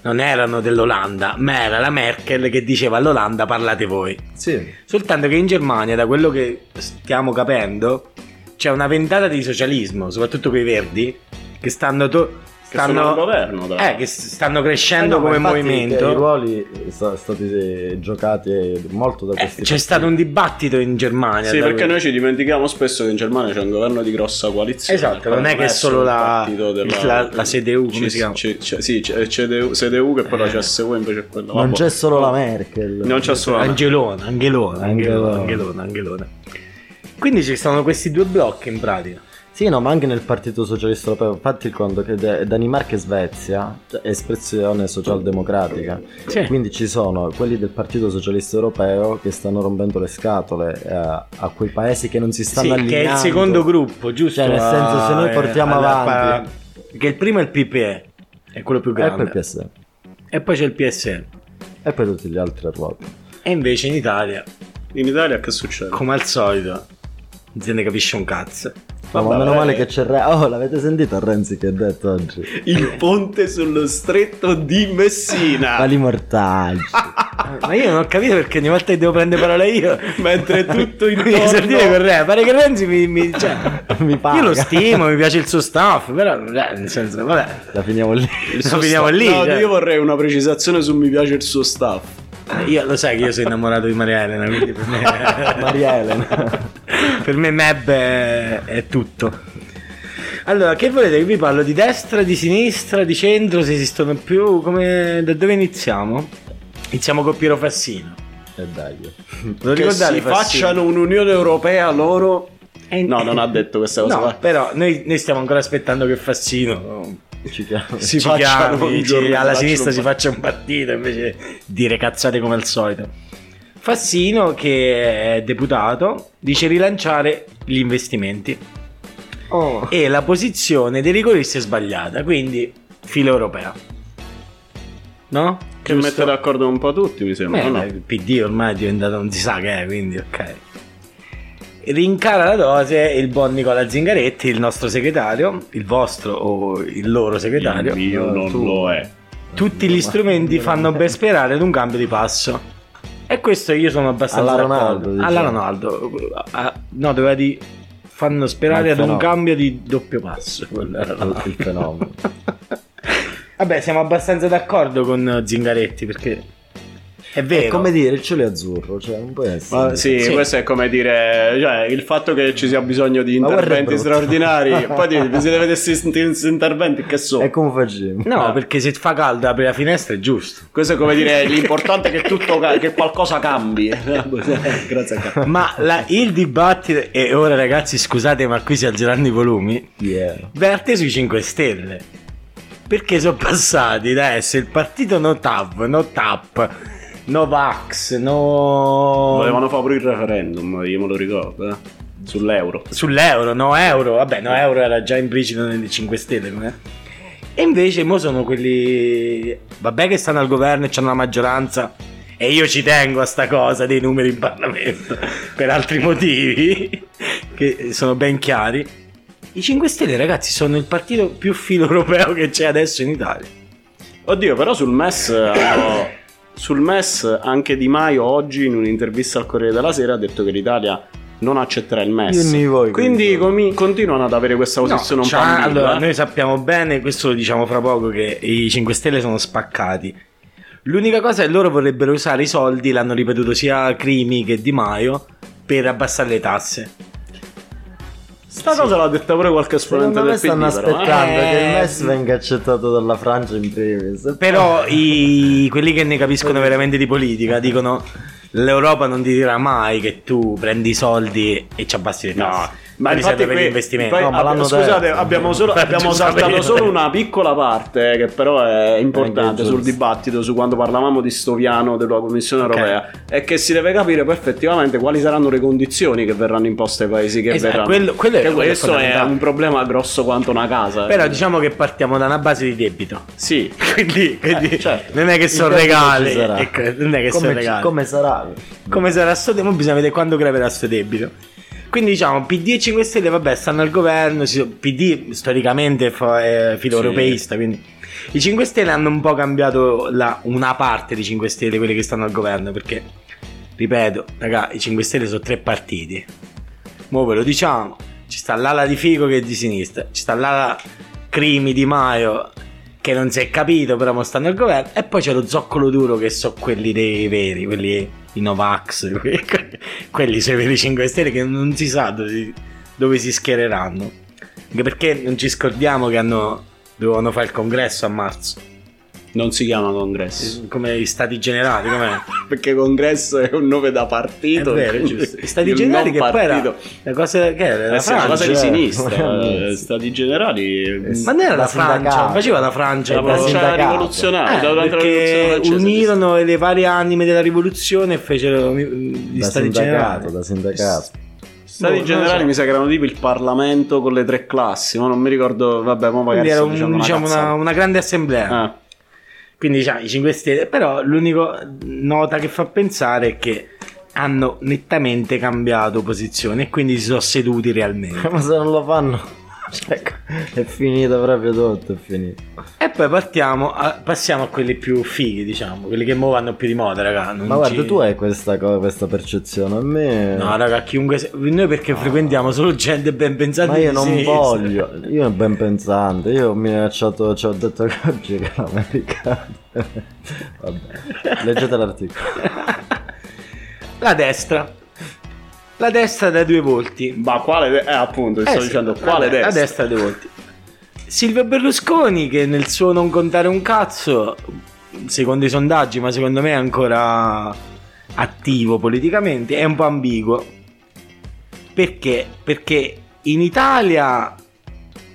A: non erano dell'Olanda, ma era la Merkel che diceva all'Olanda parlate voi.
C: Sì. Eh,
A: Soltanto che in Germania, da quello che stiamo capendo, c'è una ventata di socialismo, soprattutto quei verdi, che stanno... to-
B: Che sono al
A: stanno
B: governo, tra
A: eh, che s- stanno
C: Eh
A: crescendo
C: no, ma
A: come
C: infatti
A: movimento.
C: I ruoli sono stati eh, giocati molto da
A: Eh,
C: questi.
A: c'è stato un dibattito in Germania.
B: Sì,
A: da
B: perché
A: cui-
B: noi ci dimentichiamo spesso che in Germania c'è un governo di grossa coalizione.
A: Esatto, non è che è solo
B: il
A: la-
B: partito della-
A: la- la CDU, come
B: C-
A: si chiama? Eh.
B: C- C- sì, c'è CDU, CDU che poi la CSU invece è quella.
C: Non
B: Vabbè.
C: c'è solo la Merkel.
B: Non c'è solo la
A: Angelona, Angelona, Angelona,
C: Angelona.
A: Angelona, Angelona. Quindi ci sono questi due blocchi in pratica.
C: Sì, no, ma anche nel Partito Socialista Europeo, fatti il conto che De- Danimarca e Svezia è espressione socialdemocratica,
A: Sì.
C: quindi ci sono quelli del Partito Socialista Europeo che stanno rompendo le scatole eh, a quei paesi che non si
A: Sì,
C: stanno
A: che
C: allineando.
A: è il secondo gruppo, giusto?
C: Cioè, nel senso, se noi
A: Ah,
C: portiamo
A: alla-
C: avanti-
A: Che il primo è il PPE, è quello più
C: E poi il
A: grande.
C: PS.
A: E poi c'è il PSL.
C: E poi tutti gli altri a ruota.
A: E invece in Italia,
B: In Italia che succede?
A: come al solito, non se ne capisce un cazzo.
C: No, ma
B: Vabbè,
A: eh.
C: meno
B: vabbè.
C: male che c'è Re- Oh, l'avete sentito Renzi che ha detto oggi?
B: Il ponte sullo stretto
A: (laughs)
B: di
A: Ah.
B: Messina.
C: Quali mortaggi.
A: Ma io non ho capito perché ogni volta che devo prendere parola io.
B: (laughs) Mentre tutto
A: (laughs) mi devi sentire con
B: intorno...
A: Re, pare che Renzi mi, (laughs) mi- cioè,
C: Mi paga.
A: Io lo stimo, mi piace il suo staff, però eh, nel senso, vabbè.
C: La finiamo lì.
A: Lo finiamo lì.
B: No,
A: cioè.
B: io vorrei una precisazione su mi piace il suo staff.
A: Io- lo sai che io sono innamorato di Maria Elena, quindi
B: (laughs)
A: per me,
C: Maria Elena.
A: (laughs) per me Meb è, è tutto. Allora, che volete? Io vi parlo di destra, di sinistra, di centro, se esistono più, come, da dove iniziamo? Iniziamo con Piero Fassino.
C: E dai.
A: Ve Lo
B: Che
A: ricordate
B: si
A: Fassino?
B: facciano un'Unione Europea loro...
A: Eh,
B: No, non ha detto questa cosa.
A: No,
B: qua.
A: però noi, noi stiamo ancora aspettando che Fassino
C: Ci chiamo.
A: si
B: Ci chiami,
A: facciano
B: ci-
A: alla
B: facciano
A: sinistra
B: un
A: si faccia un partito invece dire cazzate come al solito. Fassino, che è deputato, dice rilanciare gli investimenti
C: Oh.
A: e la posizione dei rigoristi è sbagliata, quindi filo europea. No?
B: Che mette d'accordo un po' tutti, mi sembra.
A: Beh,
B: no?
A: beh, il PD ormai è diventato un si sa che è, quindi ok. Rincara la dose il buon Nicola Zingaretti, il nostro segretario, il vostro o il loro segretario.
B: Il mio non
C: tu.
B: lo è.
A: Tutti gli strumenti fanno ben sperare ad un cambio di passo. E questo io sono abbastanza
C: Alla
A: d'accordo.
C: Ronaldo, dici.
A: Alla Ronaldo. Ah, No, doveva di fanno sperare
C: Ma
A: ad un
C: no.
A: cambio di doppio passo. Quello era
C: Il- il
A: (laughs)
C: fenomeno.
A: Vabbè, siamo abbastanza d'accordo con Zingaretti perché È vero.
C: È come dire il cielo è azzurro, cioè non può essere.
B: Ma sì,
A: Sì.
B: questo è come dire, cioè, il fatto che ci sia bisogno di
C: Ma guarda, è
B: interventi
C: brutto.
B: straordinari, poi dite, se dovete sentire questi interventi, che so.
C: E come facciamo?
A: No,
B: Ah.
A: perché se fa caldo apri la finestra è giusto.
B: Questo è come dire, l'importante è che, tutto, ca- che qualcosa cambi. (laughs) Grazie a Dio.
A: Ma la- il dibattito, e ora ragazzi scusate ma qui si alzeranno i volumi,
C: Yeah.
A: verte sui 5 Stelle. Perché sono passati da essere il partito no TAV, no TAP, no VAX, no...
B: Volevano fare pure il referendum, io me lo ricordo, eh, sull'euro.
A: Sull'euro, no euro, vabbè no euro era già implicito nelle 5 Stelle, com'è? E invece mo sono quelli... Vabbè che stanno al governo e hanno la maggioranza e io ci tengo a sta cosa dei numeri in Parlamento (laughs) per altri motivi (laughs) che sono ben chiari. I 5 Stelle ragazzi sono il partito più filo europeo che c'è adesso in Italia.
B: Oddio, però sul MES hanno- sul MES anche Di Maio oggi in un'intervista al Corriere della Sera ha detto che l'Italia non accetterà il
C: Io
B: MES.
C: ne voi.
B: Quindi comi- continuano ad avere questa posizione
A: No,
B: un po'
A: c'ha-
B: ambigua,
A: allora,
B: eh.
A: noi sappiamo bene, questo lo diciamo fra poco, che i 5 Stelle sono spaccati. L'unica cosa è che loro vorrebbero usare i soldi, l'hanno ripetuto sia Crimi che Di Maio, per abbassare le tasse.
B: Sta cosa l'ha detta pure qualche esponente
C: Secondo
B: del
C: me
B: PD.
C: stanno
B: però, eh.
C: aspettando
A: eh.
C: che il MES venga accettato dalla Francia in primis. (laughs)
A: Però i- quelli che ne capiscono veramente di politica dicono l'Europa non ti dirà mai che tu prendi i soldi e ci abbassi le tasse.
B: No, ma
A: Quelli
B: infatti
A: serve per
B: qui,
A: investimenti.
B: poi
C: No, ma
B: abbi-
C: l'hanno
B: scusate,
C: detto.
A: (laughs)
B: abbiamo, solo,
A: Facci
B: abbiamo saltato
A: sapere.
B: solo una piccola parte eh, che però è importante
C: giusto.
B: sul dibattito su quando parlavamo di Stoviano della Commissione
A: Ok.
B: Europea è che si deve capire poi effettivamente quali saranno le condizioni che verranno imposte ai paesi che
A: Esatto,
B: verranno.
A: quello- quello è-
B: Che
A: quello è
B: questo è,
A: fondamentale.
B: un problema grosso quanto una casa. eh.
A: Però diciamo che partiamo da una base di debito.
B: sì.
A: (laughs) Quindi, quindi
B: certo.
A: non è che
C: Eh, Il
A: sono
C: debito
A: regali.
C: ci sarà.
A: ecco, Non è che sono
C: come, ci-
A: regali.
C: come sarà?
A: come sarà sto debito, bisogna vedere quando creperà sto debito. Quindi diciamo, PD e 5 Stelle, vabbè, stanno al governo, si- PD storicamente fa- è filo-europeista, quindi i 5 Stelle hanno un po' cambiato la- una parte di 5 Stelle, quelli che stanno al governo, perché, ripeto, raga, i 5 Stelle sono tre partiti. Mo ve lo diciamo, ci sta l'ala di Figo che è di sinistra, ci sta l'ala Crimi di Maio che non si è capito, però mo stanno al governo. E poi c'è lo zoccolo duro che sono quelli dei veri, quelli i Novax, (laughs) que- que- quelli sui veri 5 Stelle che non si sa dove si, dove si schiereranno. Anche perché non ci scordiamo che hanno, dovevano fare il congresso a marzo,
B: Non si chiama congresso.
A: come gli stati generali, com'è?
B: Perché congresso è un nome da
A: È
B: partito.
A: vero, è
B: quindi
A: giusto. Gli stati
B: il
A: generali
B: non
A: che poi era
B: partito.
A: la cosa che era la
B: Eh sì, è una cosa
A: Francia,
B: di
A: eh. (laughs)
B: sinistra, eh,
C: Veramente.
B: stati generali. mm,
C: Eh sì.
A: Ma non era
C: La
A: la Francia,
C: sindacale.
A: faceva la Francia.
B: La
A: il
C: Francia
A: Brasile.
B: Francia
C: sindacato.
B: rivoluzionaria, cioè,
A: Eh,
B: durante la rivoluzione
A: perché
B: francese.
A: unirono le varie anime della rivoluzione e fecero mm, gli
C: Da
A: stati
C: sindacato,
A: generali.
C: da sindacato.
A: Boh,
B: Stati
A: non lo
B: generali
A: so.
B: mi sa che erano tipo il Parlamento con le tre classi, ma non mi ricordo, vabbè, ma magari
A: Quindi era
B: sto
A: un-
B: dicendo
A: diciamo,
B: una
A: una, una grande assemblea.
B: cazzata. Ah.
A: Quindi diciamo, i 5 Stelle. Però l'unica nota che fa pensare è che hanno nettamente cambiato posizione e quindi si sono seduti
C: (laughs)
A: realmente.
C: Ma se non lo fanno, cioè, è finito proprio tutto, è finito.
A: e poi partiamo a- passiamo a quelli più fighi, diciamo, quelli che mo vanno più di moda, raga. non
C: Ma guarda,
A: ci-
C: tu hai questa, co- questa percezione, a me...
A: No, raga, chiunque. se- Noi perché frequentiamo solo gente ben pensante.
C: ma io
A: di
C: non
A: sinistra.
C: voglio, io ben pensante, io ho minacciato, ci ho detto che oggi che l'americano. (laughs) Vabbè, leggete l'articolo.
A: (laughs) La destra. La destra da due volti.
B: Ma quale, eh, appunto, ti sto
A: sì,
B: dicendo,
A: la-
B: quale destra?
A: La destra da due volti. Silvio Berlusconi che nel suo non contare un cazzo, secondo i sondaggi, ma secondo me è ancora attivo politicamente, è un po' ambiguo. Perché? Perché in Italia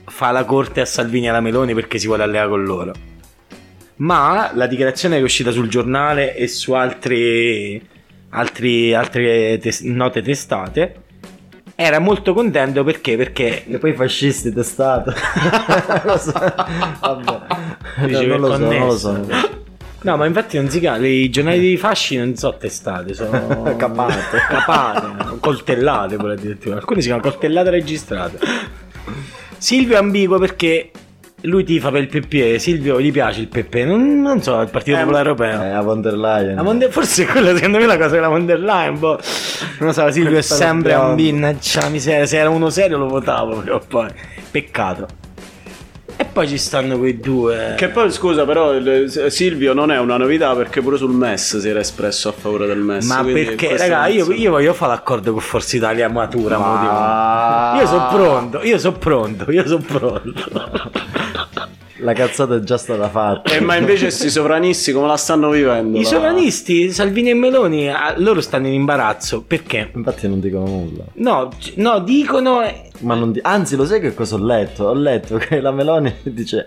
A: fa la corte a Salvini e alla Meloni perché si vuole alleare con loro. Ma la dichiarazione che è uscita sul giornale e su altri, altri- altre tes- note testate era molto contento perché? Perché
C: E poi i fascisti (laughs) testato. lo so. Vabbè.
A: Dici
C: No,
A: che
C: non, lo so, non lo
A: connesso.
C: so.
A: (laughs) No, ma infatti non si chiama, i giornali di fasci non sono testate, sono
C: Capate.
A: capate, coltellate, volete dire. addirittura. Alcune si chiamano coltellate registrate. Silvio è ambiguo perché lui tifa per il PP, Silvio gli piace il PP, non, non so, il Partito
B: Eh,
A: Popolare Europeo.
C: Eh, a von der Leyen.
A: La Von der- forse è quella, secondo me, la cosa della von der Leyen. Boh. Non lo so, Silvio è
C: Questa
A: sempre
C: dobbiamo-
A: un minnaccia miseria. Se era uno serio lo votavo, però poi. Peccato. E poi ci stanno quei due.
B: Che poi scusa, però il- Silvio non è una novità perché pure sul MES si era espresso a favore del MES.
A: Ma
B: quindi
A: perché,
B: questo
A: raga,
B: non
A: io,
B: so.
A: io voglio fare l'accordo con Forza Italia Matura. mo
C: Ma-
A: dico. Io sono pronto, io sono pronto, io sono pronto.
C: La cazzata è già stata fatta.
B: Eh, ma invece sti sovranisti come la stanno vivendo?
A: I
B: la-
A: sovranisti, Salvini e Meloni, ah, loro stanno in imbarazzo. Perché?
C: Infatti non dicono nulla.
A: No, c- no, dicono... eh,
C: Ma non di- Anzi, lo sai che cosa ho letto? Ho letto che la Meloni (laughs) dice: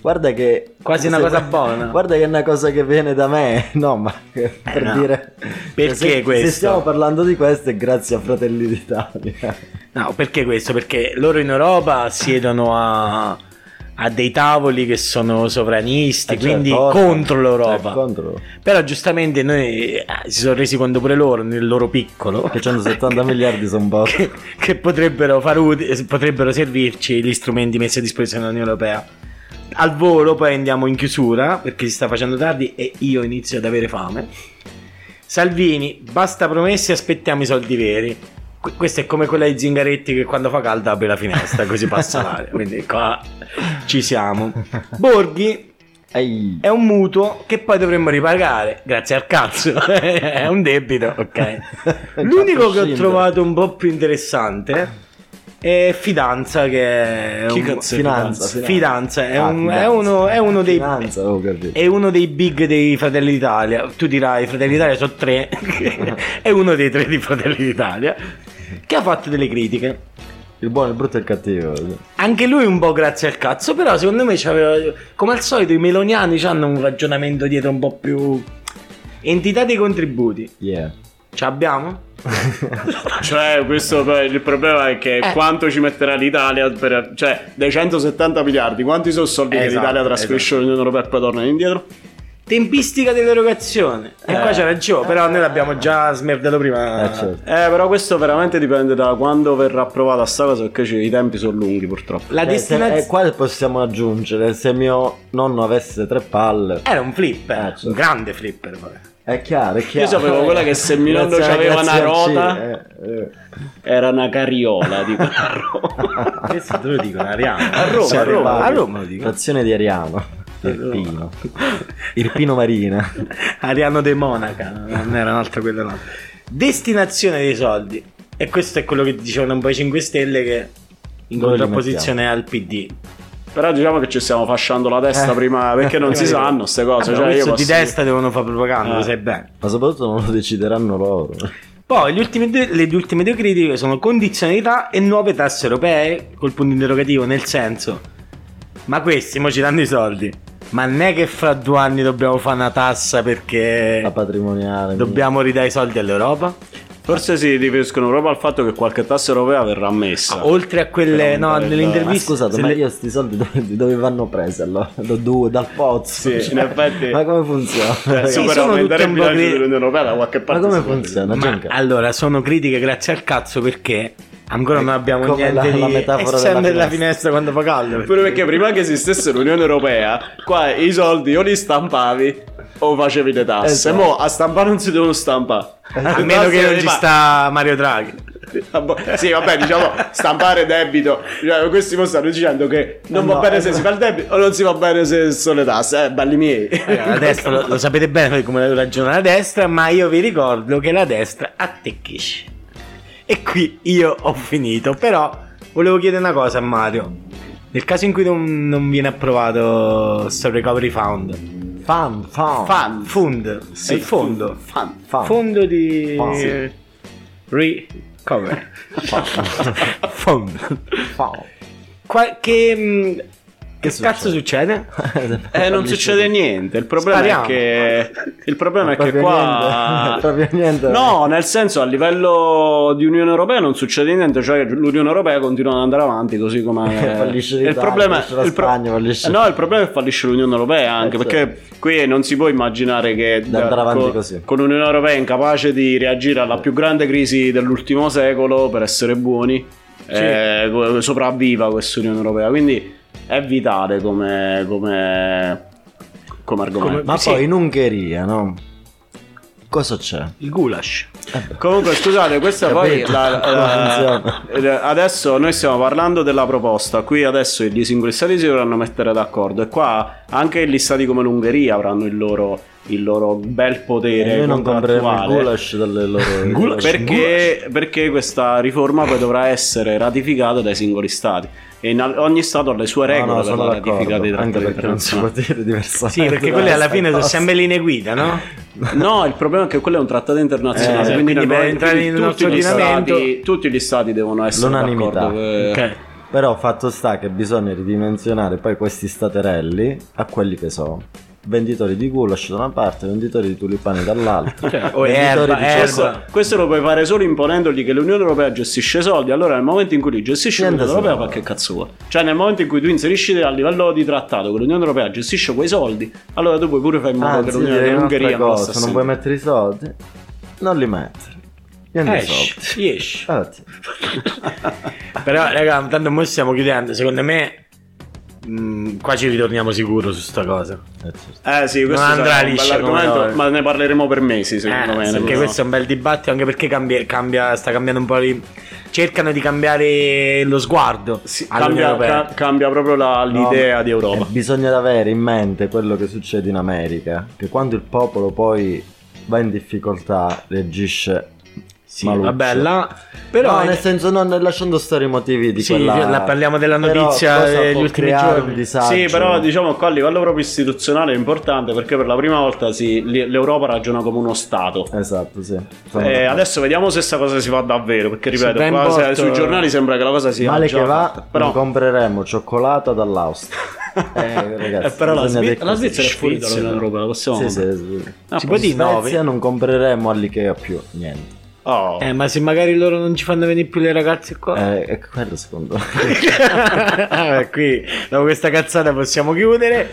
C: Guarda che.
A: Quasi una
C: (laughs)
A: cosa buona." Eh,
C: Guarda che è una cosa che viene da me. (laughs) No, ma che- per
A: no.
C: dire. cioè,
A: Perché
C: se- se,
A: questo?
C: stiamo parlando di questo, è grazie a Fratelli d'Italia. (laughs) Cioè,
A: No, perché questo? Perché loro in Europa siedono a, a dei tavoli che sono sovranisti,
C: Eh,
A: quindi
C: certo, orca.
A: contro l'Europa.
C: Eh, contro.
A: Però giustamente noi eh, si sono resi conto pure loro nel loro piccolo.
C: Che
A: (laughs)
C: 170 miliardi sono botte.
A: che, che potrebbero, far uti- potrebbero servirci gli strumenti messi a disposizione dell'Unione Europea. Al volo poi andiamo in chiusura perché si sta facendo tardi e io inizio ad avere fame. Salvini, basta promesse, aspettiamo i soldi veri. Qu- questa è come quella di Zingaretti che quando fa caldo apre la finestra così passa (laughs) l'aria. Quindi qua ci siamo. Borghi,
C: Ehi.
A: è un mutuo che poi dovremmo ripagare, grazie al cazzo, (laughs) è un debito,
B: Eh,
A: ok. L'unico che ho
C: Prescindere.
A: trovato un po' più interessante è Fidanza che è
B: Chi
A: un-
B: cazzo è
C: Finanza,
B: Fidanza? Eh,
A: Fidanza, è
C: Ah,
A: un- è
C: finanza.
A: uno- è uno dei-
C: Finanza, avevo capito.
A: è uno dei big dei Fratelli d'Italia. Tu dirai Fratelli d'Italia sono tre, (laughs) è uno dei tre di Fratelli d'Italia che ha fatto delle critiche.
C: Il buono, il brutto e il cattivo.
A: Anche lui un po' grazie al cazzo, però secondo me c'aveva, come al solito i meloniani hanno un ragionamento dietro un po' più... Entità dei contributi,
C: Yeah. Eh,
A: ce l'abbiamo?
B: Cioè, questo poi- il problema è che
A: Eh.
B: quanto ci metterà l'Italia per... Cioè, dei 170 miliardi, quanti sono soldi che
A: Esatto,
B: l'Italia trasferisce all'Unione Europea e poi torna indietro?
A: Tempistica dell'erogazione. E
B: Eh.
A: qua c'era Gio, però noi l'abbiamo già smerdato prima.
C: Eh, certo.
B: Eh, però questo veramente dipende da quando verrà approvata sta cosa, perché ci- i tempi sono lunghi purtroppo.
A: La
C: Eh, se- E
A: destinazione...
C: qua possiamo aggiungere: se mio nonno avesse tre palle.
A: Era un flipper,
C: Eh, certo.
A: un grande flipper.
C: (laughs)
A: poi.
C: È chiaro, è chiaro.
B: sapevo quella che se Milano
C: Grazie-
B: c'aveva
C: grazie
B: una
C: al C,
B: rota-
C: eh, eh.
B: Era una carriola, tipo a Roma.
A: Questo te lo dico, Ariano.
B: A Roma,
A: Sì,
B: a Roma.
A: A Roma lo dico.
C: Frazione di Ariano. Irpino. Irpino Marina.
A: Ariano De Monaca, non era un'altra quella là. Destinazione dei soldi. E questo è quello che dicevano un po' i 5 Stelle che in
C: Dove li
A: contrapposizione al PD.
B: (laughs) Però diciamo che ci stiamo fasciando la testa
C: Eh.
B: prima, perché non
A: (laughs) Prima
B: si
A: di-
B: sanno queste cose.
A: Allora,
B: Cioè, io
A: questo
B: posso...
A: di testa devono fare propaganda,
B: Eh.
A: lo sai bene.
C: Ma soprattutto non lo decideranno loro.
A: Poi le ultime, due, le ultime due critiche sono condizionalità e nuove tasse europee col punto interrogativo, nel senso, ma questi mo ci danno i soldi. Ma non è che fra due anni dobbiamo fare una tassa
C: La
A: perché
C: patrimoniale.
A: dobbiamo ridare i soldi all'Europa?
B: Forse si riferiscono proprio al fatto che qualche tassa europea verrà messa.
A: Ah, oltre a quelle,
B: Però non
A: no,
B: dare-
A: nelle
C: Eh, Ma
A: interviste...
C: scusate,
A: se
C: ma
A: le-
C: io sti soldi dove, dove vanno presi allora? Da due, dal pozzo.
B: Sì, in effetti-
C: Ma come funziona?
B: Cioè,
A: Sì,
B: io per
A: sono
B: aumentare
A: tutte
B: il
A: un po'
B: bilancio
A: cri-
B: dell'Unione Europea da qualche
C: Ma
B: parte.
C: come
B: si può
C: funziona?
A: Ma
C: Gianca?
A: allora, sono critiche grazie al cazzo perché ancora non
C: È
A: abbiamo
C: Eh, come
A: niente
C: la-
A: di...
C: la metafora
A: è
C: della
A: sempre la
C: finestra.
A: finestra quando fa caldo.
B: vedere. Pure perché prima che esistesse l'Unione Europea, qua i soldi o li stampavi o facevi le tasse.
C: Esatto.
B: Mo' a stampare non si devono stampare.
A: A (laughs) meno che non ci
B: sta
A: sta Mario Draghi.
B: Ah, boh, Sì, vabbè, diciamo stampare debito. Cioè, questi mo stanno dicendo che non
C: No,
B: va
C: no,
B: bene
C: eh,
B: se si fa il debito o non si va bene se sono le tasse. Eh, balli miei.
A: La destra lo, lo sapete bene come ragiona la destra, ma io vi ricordo che la destra attecchisce. E qui io ho finito, però volevo chiedere una cosa a Mario. Nel caso in cui non, non viene approvato sto recovery fund,
C: Fan, fan.
B: Fan.
A: fund, è il fondo,
B: Fan.
C: fan.
A: fondo di
C: Fan.
A: eh, recovery (laughs) fund.
C: Fan.
A: Qua- che mh, che
C: succede?
A: cazzo succede?
B: Eh, non succede niente. Il problema
A: Spariamo.
B: è che. Il problema è che
C: Proprio
B: qua.
C: niente. Proprio niente.
B: No, nel senso a livello di Unione Europea non succede niente, cioè l'Unione Europea continua ad andare avanti così come
C: (laughs) Fallisce l'Italia,
B: il problema
C: fallisce la
B: il pro- Eh,
C: Spagna, fallisce-
B: No, il problema è che fallisce l'Unione Europea anche
C: Eh, certo.
B: perché qui non si può immaginare che
C: Di andare avanti
B: con,
C: così. Eh.
B: con l'Unione Europea incapace di reagire alla più grande crisi dell'ultimo secolo per essere buoni eh, co- sopravviva questa Unione Europea, quindi è vitale come come, come argomento.
A: Come-
C: Ma
A: Sì.
C: poi in Ungheria, no? Cosa c'è?
A: Il goulash.
B: Comunque, scusate, questa poi.
C: Capito?
B: la-
C: (laughs)
B: la- eh, adesso noi stiamo parlando della proposta. Qui adesso gli singoli stati si dovranno mettere d'accordo. E qua anche gli stati come l'Ungheria avranno il loro, il loro bel potere.
C: Eh, Noi non compreremo il
B: contrattuale.
C: goulash
A: (laughs)
C: dalle loro...
A: Goulash.
B: Perché, perché questa riforma poi dovrà essere ratificata dai singoli stati e in al- ogni stato ha le sue
C: No,
B: regole
C: no,
B: per
C: sono
B: la ratifica dei
C: d'accordo,
B: trattati
C: anche perché non si può
B: internazionali.
C: dire diversamente.
A: Sì, perché quelle alla fine sono
C: Basta.
A: sempre linee guida, no?
B: No, il problema è che quello è un trattato internazionale,
C: Eh, sì,
B: quindi,
A: quindi per
B: devono-
A: entrare
B: quindi
A: nel
B: tutti,
A: nostro
B: gli
A: ordinamento-
B: stati, tutti gli stati devono essere
C: L'unanimità.
B: d'accordo. eh,
A: Ok.
C: Però fatto sta che bisogna ridimensionare poi questi staterelli a quelli che sono. Venditori di goulash da una parte, venditori di tulipani dall'altra.
A: Cioè, O
C: Venditori
A: erba,
C: di
B: Questo,
A: erba.
B: questo lo puoi fare solo imponendogli che l'Unione Europea gestisce i soldi. Allora, nel momento in cui li gestisce
C: Niente
B: l'Unione Europea, fa
C: soldi.
B: che cazzo vuoi. Cioè, nel momento in cui tu inserisci a livello di trattato che l'Unione Europea gestisce quei soldi, allora tu puoi pure fare in modo che
C: Anzi,
B: l'Unione
C: direi
B: Ungheria
C: Ah, un'altra
B: non
C: cosa,
B: sta
C: non vuoi mettere i soldi? Non li mettere. Niente soldi. eh,
A: Esci, esci.
C: Infatti,
B: Eh,
A: Però, raga, intanto noi stiamo chiudendo. Secondo me, mh, qua ci ritorniamo sicuro su sta cosa.
C: eh, certo.
B: Eh sì, questo
A: Non
B: sarà
A: andrà
B: un
A: liscia come noi.
B: bell'argomento, ma ne parleremo per mesi, secondo
A: Eh,
B: me.
A: perché
B: no?
A: questo è un bel dibattito, anche perché cambia, cambia- sta cambiando un po'. Di, cercano di cambiare lo sguardo
B: Sì,
A: all'Unione
B: cambia,
A: Europea.
B: ca- cambia proprio la- l'idea di Europa.
C: E Eh, bisogna avere in mente quello che succede in America, che quando il popolo poi va in difficoltà reagisce
A: Sì,
C: maluccio.
A: vabbè, là, però eh,
C: no, nel senso non lasciando stare i motivi di
A: Sì,
C: quella
A: la parliamo della
C: Però
A: notizia
C: cosa
A: degli
C: può
A: ultimi
C: creare
A: giorni.
C: un disagio.
B: Sì, però diciamo qua a livello proprio istituzionale è importante perché per la prima volta si- li- l'Europa ragiona come uno Stato.
C: Esatto, sì. Sono
B: Eh,
C: d'accordo.
B: adesso vediamo se sta cosa si fa davvero. Perché ripeto,
A: va in
B: qua, se-
A: porto-
B: sui giornali sembra che la cosa sia
C: Male
B: già
C: che
B: fatta,
C: va,
B: però
C: non compreremo cioccolata dall'Austria. Eh, ragazzi,
B: (laughs) Eh, però la,
C: bisogna
B: Svi-
C: dire
B: la
C: così.
B: Svizzera è fuori
A: Svizzera.
B: dall'Unione Europea, la possiamo
C: Sì,
B: comprare.
C: sì, sì.
B: Ah,
A: Si può
B: posso-
A: dire nove?
C: Svezia non compreremo all'Ikea più niente.
B: Oh.
A: Eh, ma se magari loro non ci fanno venire più le ragazze qua.
C: Eh, è quello secondo me. (laughs)
A: (laughs) Vabbè, qui dopo questa cazzata possiamo chiudere.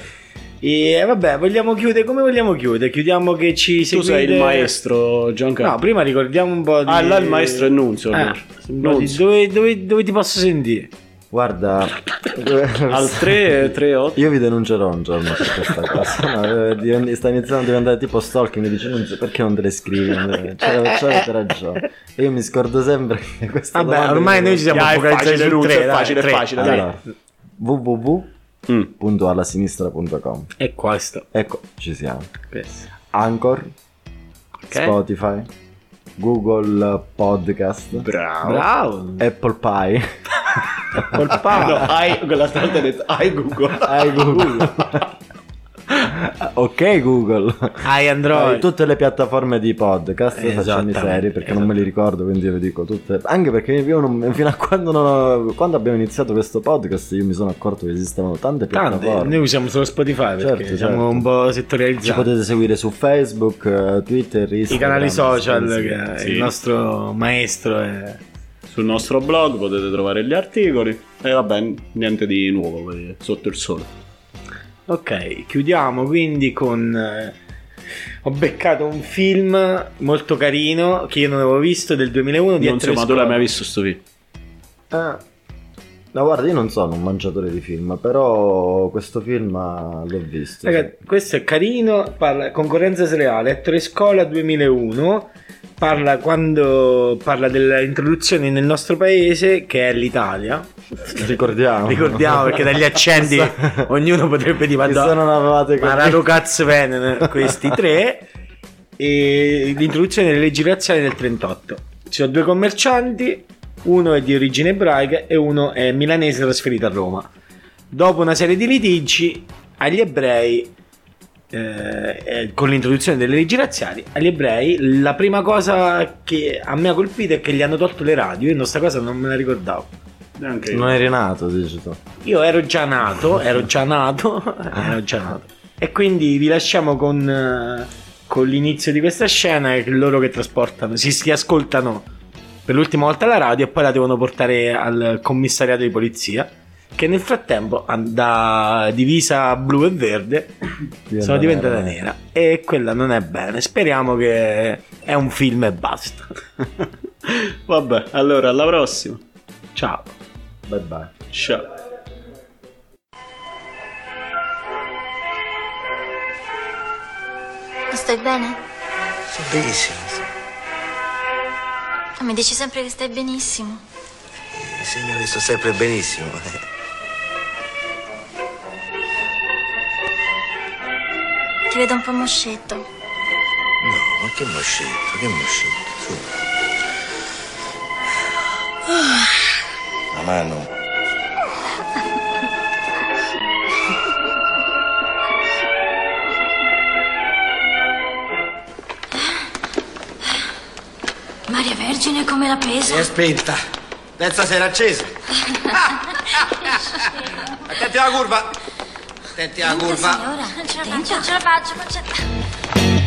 A: E vabbè, vogliamo chiudere come vogliamo chiudere? Chiudiamo che ci
B: tu
A: seguite.
B: sei il maestro Giancarlo.
A: No, prima ricordiamo un po' di
B: Ah, là il maestro è Nunzio,
A: Eh,
B: allora.
A: un po' di-
B: Nunzio.
A: Dove, dove- dove ti posso sentire?
C: Guarda, (laughs)
B: Al 3, 3, 8.
C: io vi denuncerò un giorno per questa cosa. No, eh, diven- sta iniziando a diventare tipo stalking. Mi dice "Non so perché non te le scrivi? Non te le- C'era, c'avete ragione. E io mi scordo sempre che questa
A: Vabbè,
C: domanda-
A: ormai noi ci siamo
B: Dai, è
A: focalizzati
B: facile,
A: sul
B: Nunzio,
A: 3,
B: è facile, è facile, dai.
C: Allora, www.allasinistra.com
A: E questo.
C: Ecco, ci siamo.
A: questo.
C: Anchor, Spotify, Google Podcast,
B: Bravo.
A: Bravo.
C: Apple Pie,
B: (laughs) No, hai, quell'altra volta hai detto hai Google.
C: Hi Google. (laughs) ok Google.
A: Hai
C: Poi
A: Android.
C: Tutte le piattaforme di podcast, facciamo i
A: Esattamente,
C: seri perché non me li ricordo, quindi io vi dico tutte. Anche perché io non- fino a quando, non ho- quando abbiamo iniziato questo podcast io mi sono accorto che esistevano tante
A: Tante.
C: piattaforme.
A: Noi usiamo solo Spotify perché
C: Certo,
A: siamo
C: certo.
A: un po'
C: Ci
A: settorializzati.
C: potete seguire su Facebook, eh, Twitter,
A: I
C: Instagram.
A: canali social,
C: sì,
A: che
B: sì.
A: il nostro maestro è...
B: Sul nostro blog potete trovare gli articoli. E vabbè, niente di nuovo per- sotto il sole.
A: Ok, chiudiamo quindi con... eh, Ho beccato un film molto carino che io non avevo visto del 2001 di
B: Non so,
A: Ettore
B: ma tu l'hai
A: Scola.
B: mai visto sto film?
C: Ah. No, guarda, io non sono un mangiatore di film, però questo film ah, l'ho visto.
A: Raga, questo è carino, parla concorrenza sleale, Ettore Scola 2001, parla quando parla dell'introduzione nel nostro paese che è l'Italia.
C: sì. Ricordiamo.
A: Ricordiamo perché
C: (laughs)
A: dagli accendi
C: Chissà-
A: ognono potrebbe dire
C: chissà
A: "Madonna,
C: non avevate
A: ma
C: capito."
A: Rado Katzven, questi tre e l'introduzione delle leggi razziali del 38. Ci sono due commercianti, uno è di origine ebraica e uno è milanese trasferito a Roma. Dopo una serie di litigi agli ebrei eh, eh, con l'introduzione delle leggi razziali agli ebrei la prima cosa che a me ha colpito è che gli hanno tolto le radio io non sta cosa non me la ricordavo
B: Neanche
C: Non eri nato, dici tu.
A: io ero già nato, ero già nato, (laughs) ero già nato. E quindi vi lasciamo con, eh, con l'inizio di questa scena e loro che trasportano, si, si ascoltano per l'ultima volta la radio e poi la devono portare al commissariato di polizia che nel frattempo an- da divisa blu e verde sono diventata nera. e quella non è bene. Speriamo che è un film e basta.
B: (laughs) Vabbè, allora alla prossima.
A: Ciao.
C: Bye bye.
B: Ciao.
D: Stai bene?
C: Sto benissimo.
E: Tu Ah, mi dici sempre che stai benissimo.
C: Signore, sto sempre benissimo.
E: Ti vedo un po' moscetto.
C: No, ma che moscetto, che moscetto, su. La mano.
E: Maria Vergine, come la pesa?
C: Si è spenta. Terza sera accesa. Attenti alla curva. Attenti alla
E: Niente,
C: curva.
E: signora. Non ce la faccio, non ce la faccio. non ce la-